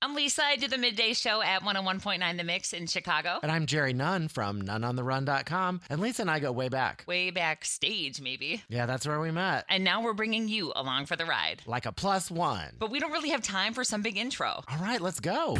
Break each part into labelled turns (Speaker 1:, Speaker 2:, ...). Speaker 1: I'm Lisa. I do the midday show at 101.9 The Mix in Chicago.
Speaker 2: And I'm Jerry Nunn from nunnontherun.com. And Lisa and I go way back.
Speaker 1: Way backstage, maybe.
Speaker 2: Yeah, that's where we met.
Speaker 1: And now we're bringing you along for the ride.
Speaker 2: Like a plus one.
Speaker 1: But we don't really have time for some big intro.
Speaker 2: All right, let's go.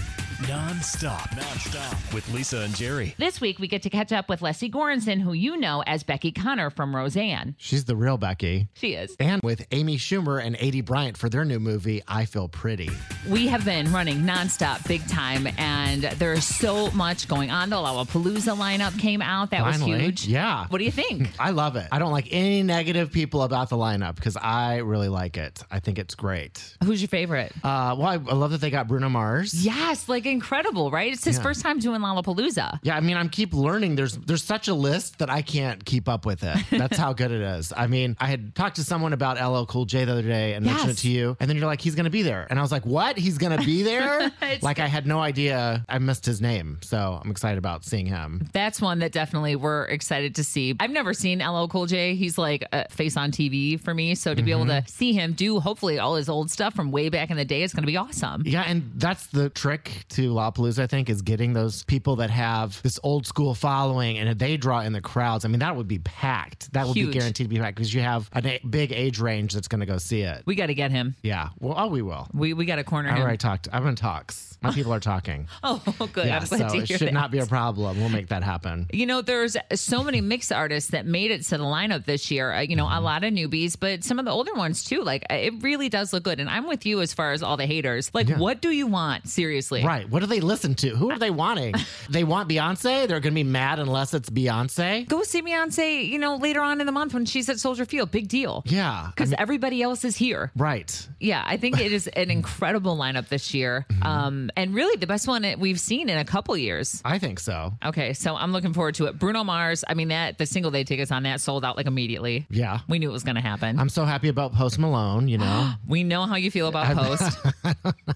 Speaker 3: Non-stop. Non-stop. With Lisa and Jerry.
Speaker 1: This week, we get to catch up with Leslie Goranson, who you know as Becky Connor from Roseanne.
Speaker 2: She's the real Becky.
Speaker 1: She is.
Speaker 2: And with Amy Schumer and A.D. Bryant for their new movie, I Feel Pretty.
Speaker 1: We have been running nonstop, big time, and there's so much going on. The Lollapalooza lineup came out. That
Speaker 2: Finally.
Speaker 1: was huge.
Speaker 2: Yeah.
Speaker 1: What do you think?
Speaker 2: I love it. I don't like any negative people about the lineup because I really like it. I think it's great.
Speaker 1: Who's your favorite?
Speaker 2: Uh, well, I, I love that they got Bruno Mars.
Speaker 1: Yes, like incredible, right? It's his first time doing Lollapalooza.
Speaker 2: Yeah, I mean, I'm keep learning. There's there's such a list that I can't keep up with it. That's how good it is. I mean, I had talked to someone about LL Cool J the other day and mentioned
Speaker 1: Yes.
Speaker 2: it to you, and then you're like, he's gonna be there, and I was like, what? He's gonna be there?
Speaker 1: It's-
Speaker 2: like I had no idea. I missed his name, so I'm excited about seeing him.
Speaker 1: That's one that definitely we're excited to see. I've never seen LL Cool J. He's like a face on TV for me. So to be able
Speaker 2: Mm-hmm.
Speaker 1: to see him do hopefully all his old stuff from way back in the day is going to be awesome.
Speaker 2: Yeah, and that's the trick to Lollapalooza, I think, is getting those people that have this old school following and they draw in the crowds. I mean, that would be packed. That would
Speaker 1: Huge.
Speaker 2: be guaranteed to be packed because you have a a- big age range that's going to go see it.
Speaker 1: We got to get him.
Speaker 2: Yeah. Well, oh, we will.
Speaker 1: We, we got to corner
Speaker 2: I
Speaker 1: him.
Speaker 2: already talked. I'm in talks. My people are talking.
Speaker 1: Oh, good.
Speaker 2: yeah,
Speaker 1: I'm
Speaker 2: so
Speaker 1: glad to
Speaker 2: it
Speaker 1: hear
Speaker 2: should
Speaker 1: that.
Speaker 2: not be a problem. We'll make that happen.
Speaker 1: You know, there's so many mix artists that made it to the lineup this year. Uh, you know, a
Speaker 2: Mm-hmm.
Speaker 1: lot of newbies, but some of the older ones too. Like, uh, it really does look good. And I'm with you as far as all the haters. Like, what do you want? Seriously.
Speaker 2: Right. What do they listen to? Who are they wanting? they want Beyonce. They're going to be mad unless it's Beyonce.
Speaker 1: Go see Beyonce, you know, later on in the month when she's at Soldier Field. Big deal.
Speaker 2: Yeah.
Speaker 1: Because everybody else is here.
Speaker 2: Right.
Speaker 1: Yeah, I think it is an incredible lineup this year. Um, and really the best one that we've seen in a couple years.
Speaker 2: I think so.
Speaker 1: Okay, so I'm looking forward to it. Bruno Mars, I mean that the single day tickets on that sold out like immediately.
Speaker 2: Yeah.
Speaker 1: We knew it was gonna happen.
Speaker 2: I'm so happy about Post Malone, you know.
Speaker 1: We know how you feel about Post.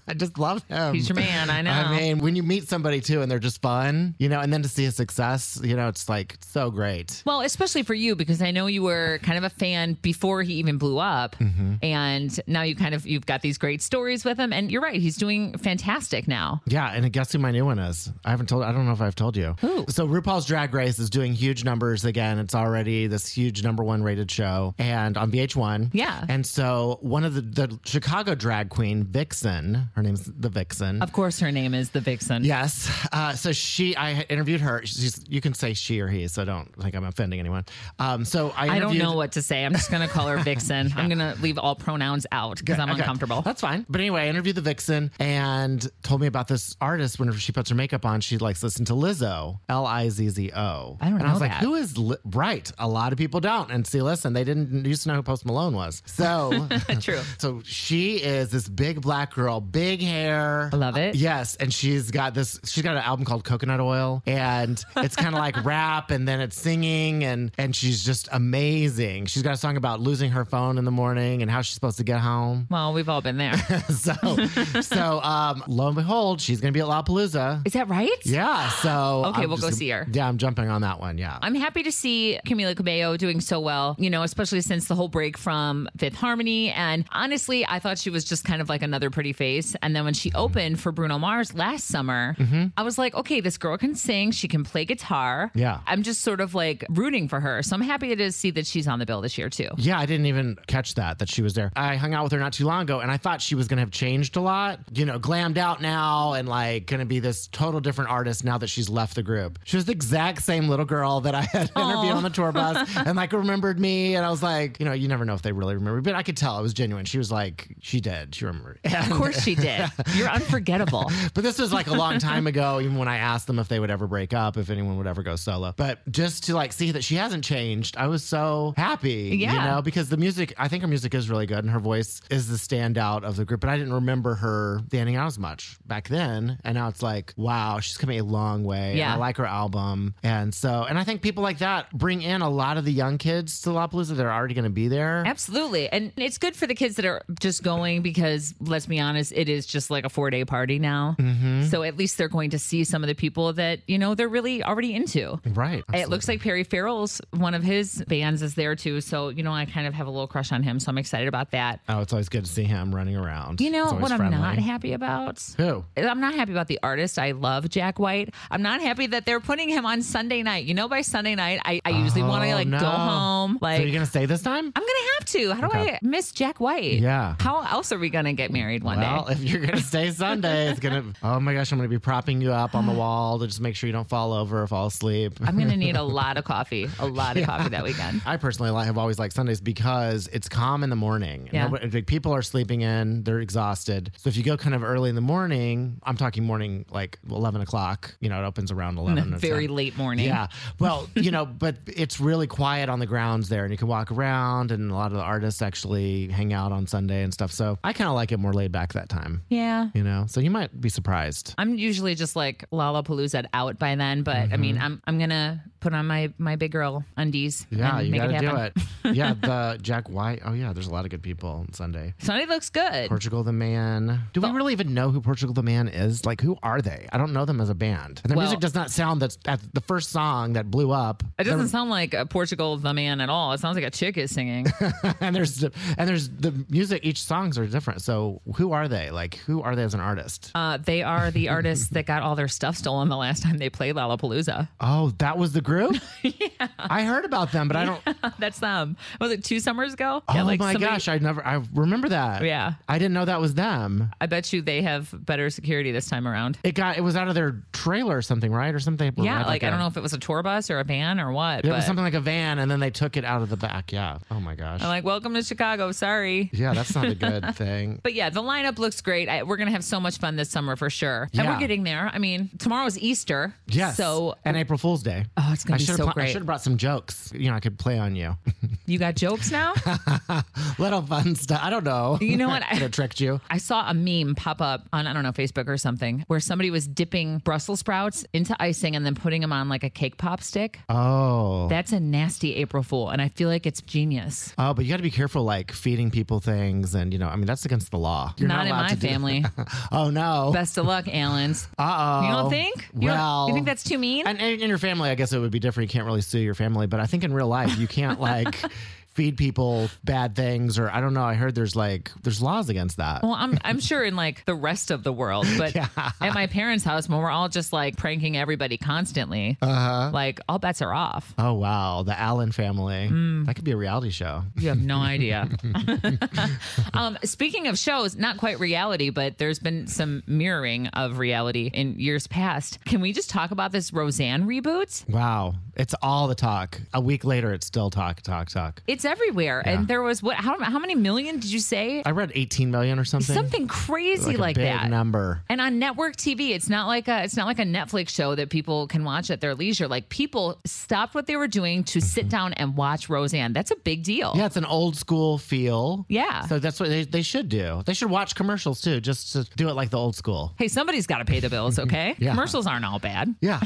Speaker 2: I just love him.
Speaker 1: He's your man. I know.
Speaker 2: I mean, when you meet somebody too and they're just fun, you know, and then to see his success, you know, it's like so great.
Speaker 1: well, especially for you because I know you were kind of a fan before he even blew up, and now you kind of you've got these great stories with him. And you're right, he's doing fantastic now.
Speaker 2: Yeah, and guess who my new one is? I haven't told. I don't know if I've told you.
Speaker 1: Who?
Speaker 2: So RuPaul's Drag Race is doing huge numbers again. It's already this huge number one rated show, and on VH1.
Speaker 1: Yeah.
Speaker 2: And so one of the, the Chicago drag queen Vixen, her name's the Vixen.
Speaker 1: Of course, her name is the Vixen.
Speaker 2: Yes. Uh, so she, I interviewed her. She's, you can say she or he, so don't think I'm offending anyone. Um, so I,
Speaker 1: I don't
Speaker 2: interviewed-
Speaker 1: know what to say. I'm just going to call her Vixen. I'm going to leave all pronouns out because I'm
Speaker 2: Okay.
Speaker 1: uncomfortable.
Speaker 2: That's fine. But anyway, I interviewed the vixen and told me about this artist. Whenever she puts her makeup on, she likes listen to Lizzo, L I Z Z O.
Speaker 1: I don't
Speaker 2: and
Speaker 1: know
Speaker 2: I was like,
Speaker 1: that.
Speaker 2: who is Li- right? A lot of people don't. And see, listen, they didn't used to know who Post Malone was. So
Speaker 1: True.
Speaker 2: So she is this big black girl, big hair.
Speaker 1: I love it.
Speaker 2: Yes, and she's got this. She's got an album called Coconut Oil, and it's kind of like rap, and then it's singing, and and she's just amazing. She's got a song about losing her phone in the morning and how she's supposed to get home.
Speaker 1: Well, we've all been there.
Speaker 2: So so um, lo and behold, she's gonna be at Lollapalooza.
Speaker 1: Is that right?
Speaker 2: Yeah. So
Speaker 1: Okay, we'll
Speaker 2: just
Speaker 1: go
Speaker 2: gonna-
Speaker 1: see her.
Speaker 2: Yeah, I'm jumping on that one. Yeah.
Speaker 1: I'm happy to see Camila Cabello doing so well, you know, especially since the whole break from Fifth Harmony. And honestly, I thought she was just kind of like another pretty face. And then when she opened for Bruno Mars last summer,
Speaker 2: Mm-hmm.
Speaker 1: I was like, okay, this girl can sing, she can play guitar.
Speaker 2: Yeah.
Speaker 1: I'm just sort of like rooting for her. So I'm happy to see that she's on the bill this year, too.
Speaker 2: Yeah, I didn't even catch that that she was there. I hung out with her not too long ago, and I thought she was gonna have changed a lot. You know, glammed out now, and like gonna be this total different artist now that she's left the group. She was the exact same little girl that I had interviewed on the tour bus, and like remembered me. And I was like, you know, you never know if they really remember, but I could tell it was genuine. She was like, she did, she remembered.
Speaker 1: Of course she did. You're unforgettable.
Speaker 2: But this was like a long time ago, even when I asked them if they would ever break up, if anyone would ever go solo. But just to like see that she hasn't changed, I was so happy. You
Speaker 1: Yeah.
Speaker 2: know, because the music, I think her music is really good and her voice is the standout of the group. But I didn't remember her standing out as much back then. And now it's like, wow, she's coming a long way. And
Speaker 1: Yeah.
Speaker 2: I like her album. And so, and I think people like that bring in a lot of the young kids to Lollapalooza that are already going to be there.
Speaker 1: Absolutely. And it's good for the kids that are just going because, let's be honest, it is just like a four day party now.
Speaker 2: Mm-hmm.
Speaker 1: So at least they're going to see some of the people that, you know, they're really already into.
Speaker 2: Right.
Speaker 1: It looks like Perry Farrell's one of his bands is there too. So, you know, I kind of have a little crush on him. So I'm excited about that.
Speaker 2: Oh, it's always good to see him running around.
Speaker 1: You know
Speaker 2: He's always
Speaker 1: what I'm
Speaker 2: friendly.
Speaker 1: not happy about? about.
Speaker 2: Who?
Speaker 1: I'm not happy about the artist. I love Jack White. I'm not happy that they're putting him on Sunday night. You know, by Sunday night, I, I usually want to
Speaker 2: Oh,
Speaker 1: like
Speaker 2: no.
Speaker 1: go home.
Speaker 2: so you're
Speaker 1: Like,
Speaker 2: gonna stay this time?
Speaker 1: I'm gonna have to. How do
Speaker 2: Okay.
Speaker 1: I miss Jack White?
Speaker 2: Yeah.
Speaker 1: How else are we gonna get married one
Speaker 2: Well,
Speaker 1: day?
Speaker 2: if you're gonna stay Sunday, it's gonna. Oh my gosh, I'm gonna be propping you up on the wall to just make sure you don't fall over or fall asleep.
Speaker 1: I'm gonna need a lot of coffee. A lot of coffee that weekend.
Speaker 2: I personally li- have always liked Sundays because it's calm in the morning.
Speaker 1: Yeah.
Speaker 2: Nobody- like, people are sleeping in, they're exhausted. So if you go kind of early in the morning, I'm talking morning like 11 o'clock, you know, it opens around 11. or
Speaker 1: Very
Speaker 2: 10.
Speaker 1: late morning.
Speaker 2: Yeah. Well, you know, but it's really quiet on the grounds there and you can walk around and a lot of the artists actually hang out on Sunday and stuff. So I kind of like it more laid back that time,
Speaker 1: Yeah.
Speaker 2: you know? So you might be surprised.
Speaker 1: I'm usually just like Lollapalooza out by then, but I
Speaker 2: Mm-hmm.
Speaker 1: mean, I'm I'm gonna put on my my big girl undies.
Speaker 2: Yeah,
Speaker 1: and
Speaker 2: you
Speaker 1: make
Speaker 2: got to
Speaker 1: it
Speaker 2: do
Speaker 1: happen.
Speaker 2: it. yeah, the Jack White. Oh, yeah, there's a lot of good people on Sunday.
Speaker 1: Sunday looks good.
Speaker 2: Portugal the Man. Do we really even know who Portugal the Man is? Like, who are they? I don't know them as a band. And their
Speaker 1: Well-
Speaker 2: music does not sound that's at the first song that blew up.
Speaker 1: It doesn't sound like a Portugal the man at all. It sounds like a chick is singing.
Speaker 2: and there's and there's the music. Each songs are different. So who are they? Like, who are they as an artist?
Speaker 1: Uh, they are the artists that got all their stuff stolen the last time they played Lollapalooza.
Speaker 2: oh, that was the group. yeah, I heard about them, but I don't.
Speaker 1: That's them. Was it two summers ago?
Speaker 2: oh my gosh, I never. I remember that.
Speaker 1: Yeah.
Speaker 2: I didn't know that was them.
Speaker 1: I bet you they have better security this time around.
Speaker 2: It got it was out of their trailer or something, right? Or something.
Speaker 1: Yeah, like I
Speaker 2: a-
Speaker 1: don't know if it was a tour bus or a van or what,
Speaker 2: It
Speaker 1: but
Speaker 2: was something like a van, and then they took it out of the back. Yeah. Oh my gosh.
Speaker 1: I'm like, welcome to Chicago. Sorry.
Speaker 2: Yeah, that's not a good thing.
Speaker 1: But yeah, the lineup looks great. I, we're gonna have so much fun this summer for sure, and
Speaker 2: Yeah.
Speaker 1: we're getting there. I mean, tomorrow's Easter.
Speaker 2: Yes.
Speaker 1: So
Speaker 2: and April Fool's Day.
Speaker 1: Oh, it's gonna
Speaker 2: I
Speaker 1: be
Speaker 2: should've
Speaker 1: so
Speaker 2: pla- I
Speaker 1: great.
Speaker 2: should have brought some jokes. You know, I could play on you.
Speaker 1: you got jokes now.
Speaker 2: Little fun stuff. I don't know.
Speaker 1: You know what?
Speaker 2: I could have tricked you.
Speaker 1: I saw a meme pop up on I don't know Facebook or something where somebody was dipping Brussels sprouts into icing and then putting them on like a cake pop stick.
Speaker 2: Oh.
Speaker 1: That's a nasty April Fool, and I feel like it's genius.
Speaker 2: Oh, but you got to be careful, like feeding people things, and you know, I mean, that's against the law. You're
Speaker 1: Not in
Speaker 2: allowed
Speaker 1: my
Speaker 2: to do-
Speaker 1: family.
Speaker 2: oh no.
Speaker 1: Best of luck, Allens.
Speaker 2: Uh oh.
Speaker 1: You don't think? You don't-
Speaker 2: well,
Speaker 1: you think that's too mean?
Speaker 2: And, and in your family, I guess it would be different. You can't really sue your family, but I think in real life, you can't like feed people bad things, or I don't know. I heard there's like there's laws against that.
Speaker 1: Well, I'm I'm sure in like the rest of the world, but at my parents' house when we're all just like pranking everybody constantly, like all bets are off.
Speaker 2: Oh wow, the Allen family.
Speaker 1: Mm.
Speaker 2: That could be a reality show.
Speaker 1: You have no idea. um, speaking of shows, not quite reality, but there's been some mirroring of reality in years past. Can we just talk about this Roseanne reboot?
Speaker 2: Wow, it's all the talk. A week later, it's still talk, talk, talk.
Speaker 1: It's everywhere, and there was what? How how many million did you say?
Speaker 2: I read 18 million or something.
Speaker 1: Something crazy
Speaker 2: like,
Speaker 1: like,
Speaker 2: a big
Speaker 1: that.
Speaker 2: number.
Speaker 1: And on network TV, it's not like a it's not like a Netflix show that people can watch at their leisure. Like people stopped what they were doing to sit down and watch Roseanne. That's a big deal.
Speaker 2: Mm-hmm. Yeah, it's an old school feel.
Speaker 1: Yeah.
Speaker 2: So that's what they, they should do. They should watch commercials too, just to do it like the old school.
Speaker 1: Hey, somebody's got to pay the bills, okay?
Speaker 2: Mm-hmm. Yeah.
Speaker 1: Commercials aren't all bad.
Speaker 2: Yeah.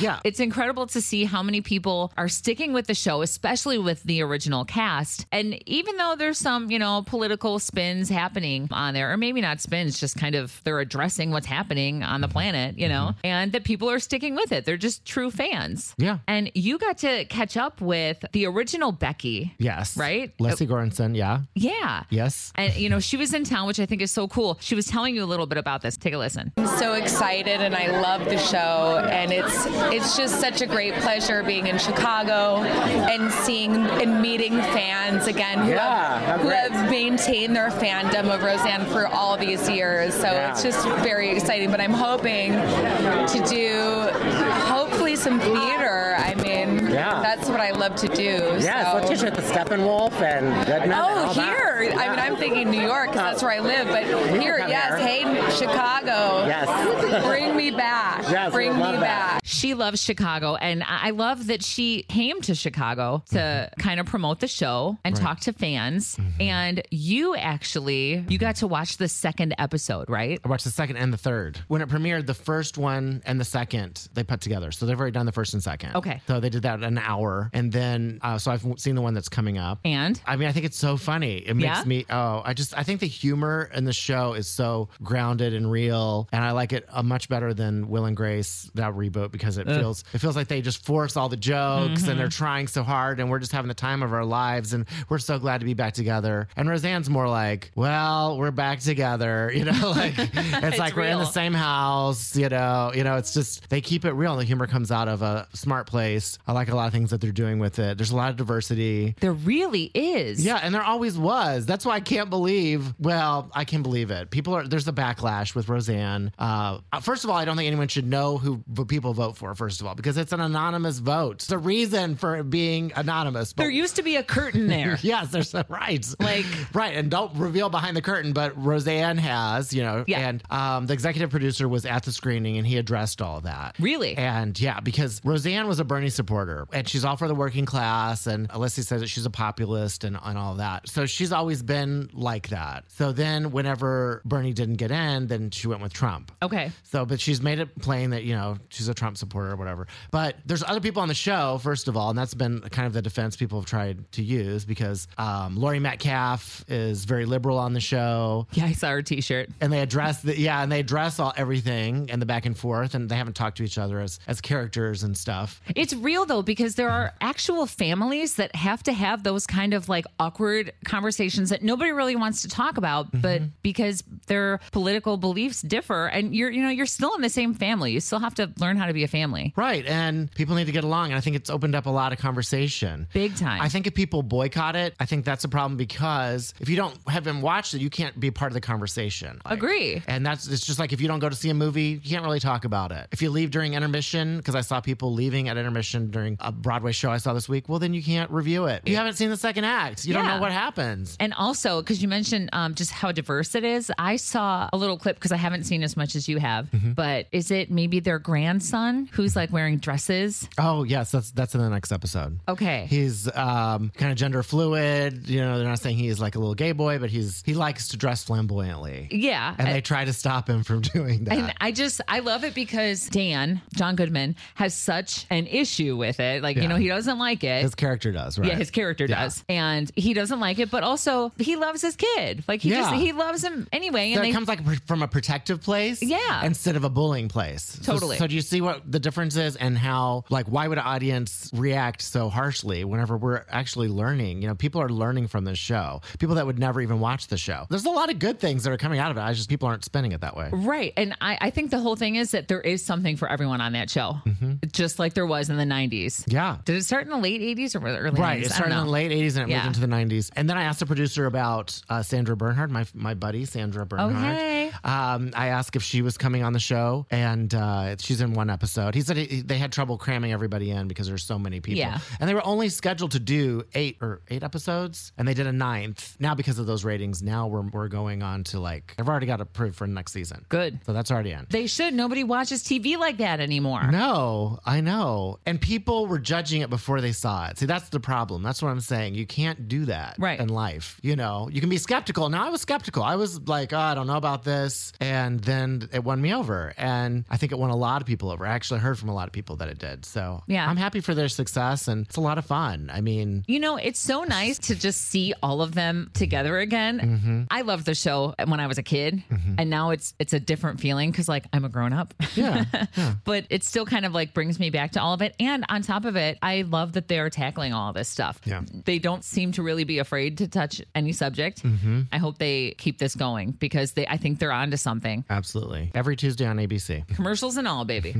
Speaker 2: yeah.
Speaker 1: It's incredible to see how many people are sticking with the show, especially with the original cast. And even though there's some, you know, political spins happening on there, or maybe not spins, just kind of they're addressing what's happening on the planet, you know, and that people are sticking with it. They're just true fans.
Speaker 2: Mm-hmm. Yeah.
Speaker 1: And you got to catch up with the original Becky.
Speaker 2: yes.
Speaker 1: Right?
Speaker 2: Leslie Goranson. Yeah.
Speaker 1: Yeah.
Speaker 2: Yes.
Speaker 1: And, you know, she was in town, which I think is so cool. She was telling you a little bit about this. Take a listen.
Speaker 4: so excited and I love the show and it's it's just such a great pleasure being in Chicago and seeing and meeting fans again who,
Speaker 5: Yeah, how
Speaker 4: have, who
Speaker 5: great.
Speaker 4: have maintained their fandom of Roseanne for all these years. So
Speaker 5: Yeah.
Speaker 4: it's just very exciting. But I'm hoping to do hopefully some theater. I mean
Speaker 5: Yeah.
Speaker 4: that's what I love to do.
Speaker 5: Yeah, so
Speaker 4: so.
Speaker 5: teach her at the Steppenwolf and Goodman. and
Speaker 4: Oh,
Speaker 5: all that.
Speaker 4: here! I
Speaker 5: Yeah.
Speaker 4: mean, I'm thinking New York because that's where I live. But
Speaker 5: can
Speaker 4: here,
Speaker 5: come here.
Speaker 4: yes. Hey, Chicago.
Speaker 5: Yes.
Speaker 4: Bring me back.
Speaker 5: Yes, we
Speaker 4: Bring
Speaker 5: love that.
Speaker 4: me back.
Speaker 1: She loves Chicago, and I I love that she came to Chicago to kind of promote the show and talk to fans. And you actually you got to watch the second episode, right?
Speaker 2: I watched the second and the third. When it premiered, the first one and the second they put together. So they've already done the first and second.
Speaker 1: Okay.
Speaker 2: So they did that in an hour. And then, uh, so I've seen the one that's coming up.
Speaker 1: And
Speaker 2: I mean, I think it's so funny. It makes
Speaker 1: Yeah?
Speaker 2: me, oh, I just, I think the humor in the show is so grounded and real. And I like it uh, much better than Will and Grace, that reboot, because because it feels it feels like they just force all the jokes and they're
Speaker 1: Mm-hmm.
Speaker 2: trying so hard and we're just having the time of our lives and we're so glad to be back together. And Roseanne's more like, well, we're back together, you know, like it's, like we're in the
Speaker 1: real.
Speaker 2: same house, you know, you know, it's just they keep it real and the humor comes out of a smart place. I like a lot of things that they're doing with it. There's a lot of diversity.
Speaker 1: There really is.
Speaker 2: Yeah, and there always was. That's why I can't believe. Well, I can believe it. People are there's a backlash with Roseanne. Uh, first of all, I don't think anyone should know who v- people vote for. First of all, because it's an anonymous vote. It's a reason for it being anonymous. But
Speaker 1: There used to be a curtain there.
Speaker 2: yes, there's a right.
Speaker 1: Like-
Speaker 2: right, and don't reveal behind the curtain. But Roseanne has, you know.
Speaker 1: Yeah.
Speaker 2: And um, the executive producer was at the screening and he addressed all that.
Speaker 1: Really?
Speaker 2: And yeah, because Roseanne was a Bernie supporter and she's all for the working class. And Alyssa says that she's a populist and, and all that. So she's always been like that. So then whenever Bernie didn't get in, then she went with Trump.
Speaker 1: Okay.
Speaker 2: So, but she's made it plain that, you know, she's a Trump supporter or whatever. But there's other people on the show, first of all, and that's been kind of the defense people have tried to use because um, Lori Metcalf is very liberal on the show
Speaker 1: Yeah, I saw her T-shirt.
Speaker 2: and they address the yeah and they address all everything and the back and forth and they haven't talked to each other as as characters and stuff
Speaker 1: It's real though because there are actual families that have to have those kind of like awkward conversations that nobody really wants to talk about,
Speaker 2: Mm-hmm.
Speaker 1: but because their political beliefs differ, and you're you know you're still in the same family, you still have to learn how to be a family.
Speaker 2: right and people need to get along and i think it's opened up a lot of conversation
Speaker 1: Big time.
Speaker 2: I think if people boycott it, I think that's a problem because if you don't have them watch it, you can't be part of the conversation. Like-
Speaker 1: Agree.
Speaker 2: And that's it's just like if you don't go to see a movie, you can't really talk about it. If you leave during intermission, because I saw people leaving at intermission during a Broadway show I saw this week, well then you can't review it. You haven't seen the second act. You don't
Speaker 1: Yeah.
Speaker 2: know what happens.
Speaker 1: And also, because you mentioned um, just how diverse it is, I saw a little clip because I haven't seen as much as you have.
Speaker 2: Mm-hmm.
Speaker 1: But is it maybe their grandson who's like wearing dresses?
Speaker 2: Oh yes, that's that's in the next episode.
Speaker 1: Okay.
Speaker 2: He's um, kind of gender fluid. You know, they're not saying he's like a little gay boy, but he's he likes to dress flamboyantly.
Speaker 1: Yeah.
Speaker 2: And they try to stop him from doing that.
Speaker 1: And I just I love it because Dan John Goodman has such an issue with it. Like you
Speaker 2: Yeah.
Speaker 1: know he doesn't like it.
Speaker 2: his character does, right?
Speaker 1: yeah, his character
Speaker 2: Yeah.
Speaker 1: does, and he doesn't like it. But also he loves his kid. Like he just
Speaker 2: Yeah.
Speaker 1: he loves him anyway.
Speaker 2: So
Speaker 1: And
Speaker 2: it
Speaker 1: they
Speaker 2: comes like pr- from a protective place,
Speaker 1: Yeah.
Speaker 2: instead of a bullying place. So-
Speaker 1: Totally.
Speaker 2: So, do you see what the difference is, and how like why would an audience react so harshly whenever we're actually learning? You know, people are learning from this show. People that would never even watch the show. There's a lot of good things that are coming out of it. I just people aren't spinning it that way.
Speaker 1: Right. And I, I think the whole thing is that there is something for everyone on that show, just like there was in the 90s.
Speaker 2: Mm-hmm. Yeah.
Speaker 1: Did it start in the late 80s or was it early
Speaker 2: Right.
Speaker 1: 90s?
Speaker 2: It
Speaker 1: I don't
Speaker 2: started in
Speaker 1: know.
Speaker 2: the late 80s and it
Speaker 1: Yeah.
Speaker 2: moved into the 90s. And then I asked the producer about uh, Sandra Bernhard, my, my buddy, Sandra Bernhard.
Speaker 1: Oh, hey.
Speaker 2: Um, I asked if she was coming on the show, and uh, she's in one episode. He said he, they had trouble cramming everybody in because there's so many people.
Speaker 1: Yeah.
Speaker 2: And they were only scheduled to do eight or eight episodes, and they did a ninth. Now, because of those ratings, now we're, we're going on to like, I've already got approved for next season.
Speaker 1: Good.
Speaker 2: So that's already in.
Speaker 1: They should. Nobody watches TV like that anymore.
Speaker 2: No, I know. And people were judging it before they saw it. See, that's the problem. That's what I'm saying. You can't do that
Speaker 1: Right.
Speaker 2: in life. You know, you can be skeptical. Now, I was skeptical. I was like, oh, I don't know about this. And then it won me over. And I think it won a lot of people over. I actually heard from a lot of people that it did. So
Speaker 1: Yeah.
Speaker 2: I'm happy for their success. And it's a lot of fun. I mean,
Speaker 1: You know, it's so nice to just see all of them together again.
Speaker 2: Mm-hmm.
Speaker 1: I loved the show when I was a kid, and now it's it's a different feeling because like I'm a grown up.
Speaker 2: yeah.
Speaker 1: but it still kind of like brings me back to all of it. And on top of it, I love that they're tackling all this stuff.
Speaker 2: Yeah.
Speaker 1: They don't seem to really be afraid to touch any subject.
Speaker 2: Mm-hmm.
Speaker 1: I hope they keep this going because they I think they're onto something.
Speaker 2: Absolutely. Every Tuesday on ABC.
Speaker 1: Commercials and all, baby.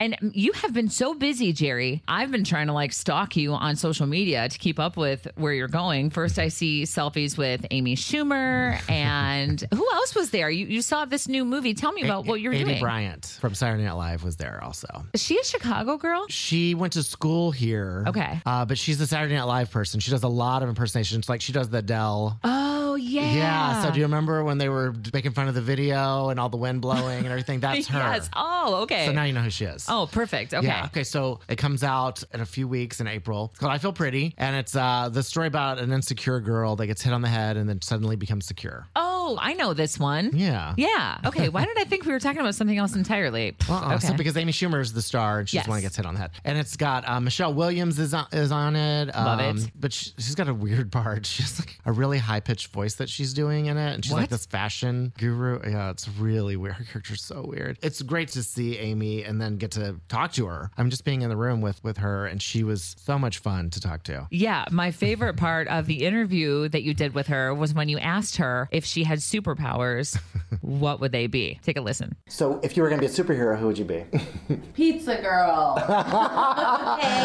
Speaker 1: and you have been so busy, Jerry. I've been trying to like stalk you on social media to keep up with where you're going. First, I see selfies with Amy Schumer and who else was there? You, you saw this new movie. Tell me about what you're
Speaker 2: Amy
Speaker 1: doing.
Speaker 2: Bryant from Saturday Night Live was there also.
Speaker 1: Is she a Chicago girl?
Speaker 2: She went to school here.
Speaker 1: Okay.
Speaker 2: Uh, but she's a Saturday Night Live person. She does a lot of impersonations. Like she does the Adele.
Speaker 1: Oh yeah.
Speaker 2: Yeah. So do you remember when they were making fun of the video and all the wind blowing and everything? That's her.
Speaker 1: Yes. Oh, okay.
Speaker 2: So now you know who she is.
Speaker 1: oh, perfect. Okay.
Speaker 2: Yeah. Okay. So it comes out in a few weeks in April. It's called I Feel Pretty. And it's uh, the story about an insecure girl that gets hit on the head and then suddenly becomes secure.
Speaker 1: Oh, oh, I know this one.
Speaker 2: Yeah.
Speaker 1: Yeah. Okay. Why did I think we were talking about something else entirely? Pfft,
Speaker 2: Uh-uh.
Speaker 1: okay.
Speaker 2: So because Amy Schumer is the star, and she's the one that
Speaker 1: Yes.
Speaker 2: gets hit on the head. And it's got uh, Michelle Williams is on, is on it. Um,
Speaker 1: Love it.
Speaker 2: But she, she's got a weird part. She has like a really high pitched voice that she's doing in it, and she's like
Speaker 1: What?
Speaker 2: this fashion guru. Yeah, it's really weird. Her character's so weird. It's great to see Amy and then get to talk to her. I'm just being in the room with with her, and she was so much fun to talk to.
Speaker 1: yeah, my favorite part of the interview that you did with her was when you asked her if she had superpowers, what would they be? Take a listen.
Speaker 5: So, if you were going to be a superhero, who would you be?
Speaker 6: Pizza girl. okay,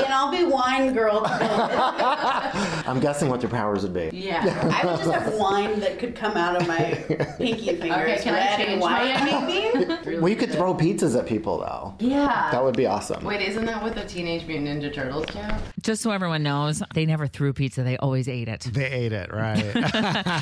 Speaker 6: and I'll be wine girl.
Speaker 5: I'm guessing what your powers would be.
Speaker 6: yeah. I would just have wine that could come out of my pinky fingers. Okay,
Speaker 7: can I change
Speaker 6: wine?
Speaker 5: Well, you could throw pizzas at people, though.
Speaker 7: Yeah.
Speaker 5: That would be awesome.
Speaker 7: Wait, isn't that what the Teenage Mutant Ninja Turtles do?
Speaker 1: Just so everyone knows, they never threw pizza, they always ate it.
Speaker 2: They ate it, right?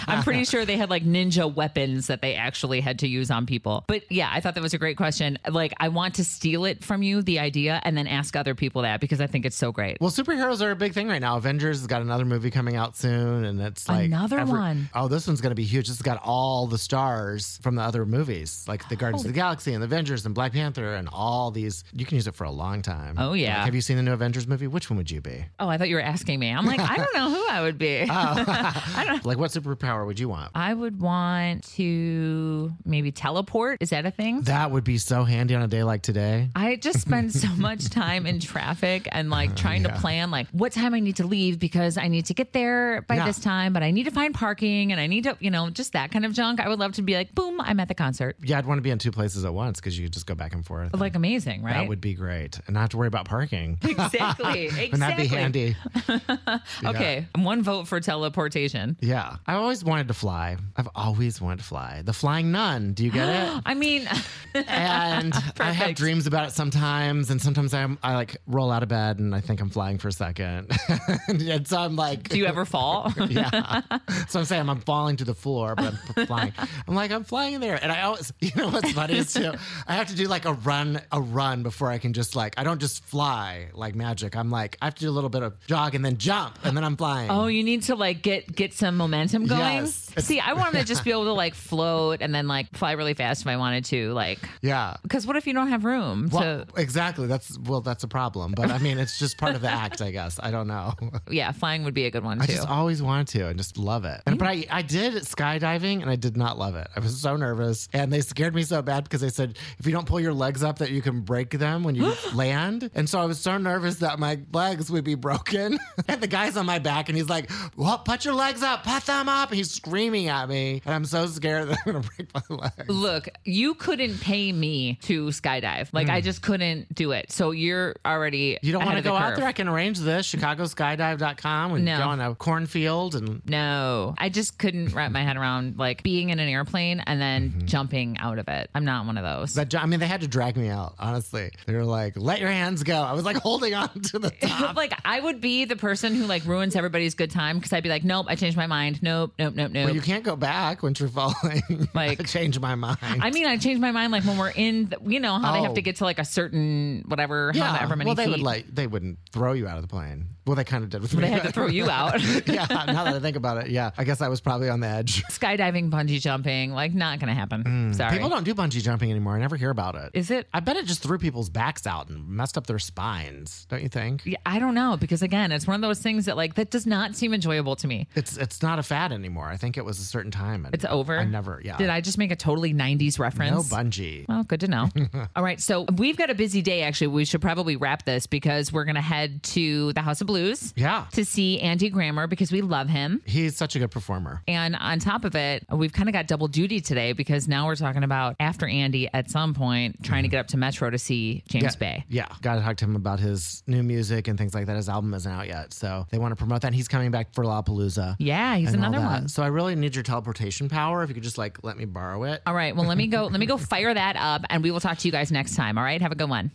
Speaker 1: I'm pretty sure they had like ninja weapons that they actually had to use on people. But yeah, I thought that was a great question. Like, I want to steal it from you, the idea, and then ask other people that because I think it's so great.
Speaker 2: well, superheroes are a big thing right now. Avengers has got another movie coming out soon, and it's like
Speaker 1: Another
Speaker 2: every-
Speaker 1: one.
Speaker 2: Oh, this one's going to be huge. This has got all the stars from the other movies, like the Guardians of the Galaxy and the Avengers and Black Panther and all these. You can use it for a long time.
Speaker 1: Oh, yeah.
Speaker 2: Like, have you seen the new Avengers movie? Which one would you be?
Speaker 1: Oh, I thought you were asking me. I'm like, I don't know who I would be.
Speaker 2: Like, what superpower would you want?
Speaker 1: I would want to maybe teleport. Is that a thing?
Speaker 2: that would be so handy on a day like today.
Speaker 1: I just spend so much time in traffic and
Speaker 2: Uh,
Speaker 1: like trying to plan like what time I need to leave because I need to get there by
Speaker 2: Yeah.
Speaker 1: this time, but I need to find parking and I need to, you know, just that kind of junk. I would love to be like, boom, I'm at the concert.
Speaker 2: Yeah, I'd want to be in two places at once because you could just go back and forth.
Speaker 1: Like amazing, right?
Speaker 2: that would be great, and not have to worry about parking.
Speaker 1: exactly. Exactly.
Speaker 2: And that'd be handy.
Speaker 1: Okay, one vote for teleportation.
Speaker 2: Yeah. I always wanted to fly. I've always wanted to fly. The flying nun. Do you get it?
Speaker 1: I mean,
Speaker 2: and I have
Speaker 1: Perfect.
Speaker 2: dreams about it sometimes. And sometimes I'm, I like roll out of bed and I think I'm flying for a second. and so I'm like,
Speaker 1: do you ever fall?
Speaker 2: yeah. So I'm saying I'm falling to the floor, but I'm f- flying. I'm like, I'm flying in there. And I always, you know what's funny is too, I have to do like a run, a run before I can just like, I don't just fly like magic. I'm like, I have to do a little bit of jog and then jump and then I'm flying.
Speaker 1: Oh, you need to like get get some momentum going.
Speaker 2: Yes.
Speaker 1: See, I want to just be able to like float and then like fly really fast if I wanted to. Like,
Speaker 2: yeah.
Speaker 1: because what if you don't have room
Speaker 2: Well,
Speaker 1: to?
Speaker 2: exactly. That's well, that's a problem. But I mean, it's just part of the act, I guess. I don't know.
Speaker 1: Yeah, flying would be a good one
Speaker 2: I
Speaker 1: too.
Speaker 2: just always wanted to and just love it. And, but I, I did skydiving and I did not love it. I was so nervous and they scared me so bad because they said if you don't pull your legs up that you can break them when you land. And so I was so nervous that my legs would be broken. and the guy's on my back and he's like, "Well, put your legs up, put them up." And he's screaming at me and I'm so scared that I'm gonna break my leg.
Speaker 1: Look, you couldn't pay me to skydive. Like, I just couldn't do it. So you're already
Speaker 2: Hmm. You don't
Speaker 1: ahead
Speaker 2: want to
Speaker 1: of the
Speaker 2: go out
Speaker 1: curve.
Speaker 2: there? I can arrange this. ChicagoSkydive.com. We can
Speaker 1: No.
Speaker 2: go on a cornfield and
Speaker 1: No, I just couldn't wrap my head around like being in an airplane and then jumping out of it. I'm not one of those.
Speaker 2: Mm-hmm. But I mean, they had to drag me out. Honestly, they were like, "Let your hands go." I was like holding on to the top.
Speaker 1: like I would be the person who like ruins everybody's good time because I'd be like, nope, I changed my mind. Nope, nope, nope, nope.
Speaker 2: Well, you can't go back once you're falling.
Speaker 1: Like-
Speaker 2: change my mind.
Speaker 1: I mean, I changed my mind like when we're in, the, you know, how they have
Speaker 2: Oh.
Speaker 1: to get to like a certain whatever, however many
Speaker 2: well, they
Speaker 1: feet.
Speaker 2: would like they wouldn't throw you out of the plane. Well, they kind of did with me.
Speaker 1: they had to throw you out.
Speaker 2: yeah, now that I think about it, yeah, I guess I was probably on the edge.
Speaker 1: Skydiving, bungee jumping, like not gonna happen. Sorry.
Speaker 2: Hmm. People don't do bungee jumping anymore. I never hear about it.
Speaker 1: Is it?
Speaker 2: I bet it just threw people's backs out and messed up their spines. Don't you think?
Speaker 1: Yeah, I don't know because again, it's one of those things that like that does not seem enjoyable to me.
Speaker 2: It's it's not a fad anymore. I think it was a certain time. and
Speaker 1: It's over.
Speaker 2: I never. Yeah. Oh,
Speaker 1: Did I just make a totally '90s reference?
Speaker 2: No bungee.
Speaker 1: Well, good to know. All right. So we've got a busy day, actually. We should probably wrap this because we're going to head to the House of Blues
Speaker 2: Yeah.
Speaker 1: to see Andy Grammer because we love him.
Speaker 2: He's such a good performer.
Speaker 1: And on top of it, we've kind of got double duty today because now we're talking about after Andy at some point trying to get up to Metro to see James
Speaker 2: yeah,
Speaker 1: Bay.
Speaker 2: Yeah. Got to talk to him about his new music and things like that. His album isn't out yet. So they want to promote that. And he's coming back for Lollapalooza.
Speaker 1: Yeah, he's
Speaker 2: and all
Speaker 1: another
Speaker 2: that.
Speaker 1: one.
Speaker 2: So I really need your teleportation power. If you could just like let me borrow it.
Speaker 1: All right. Well, let me go. Let me go fire that up and we will talk to you guys next time. All right. Have a good one.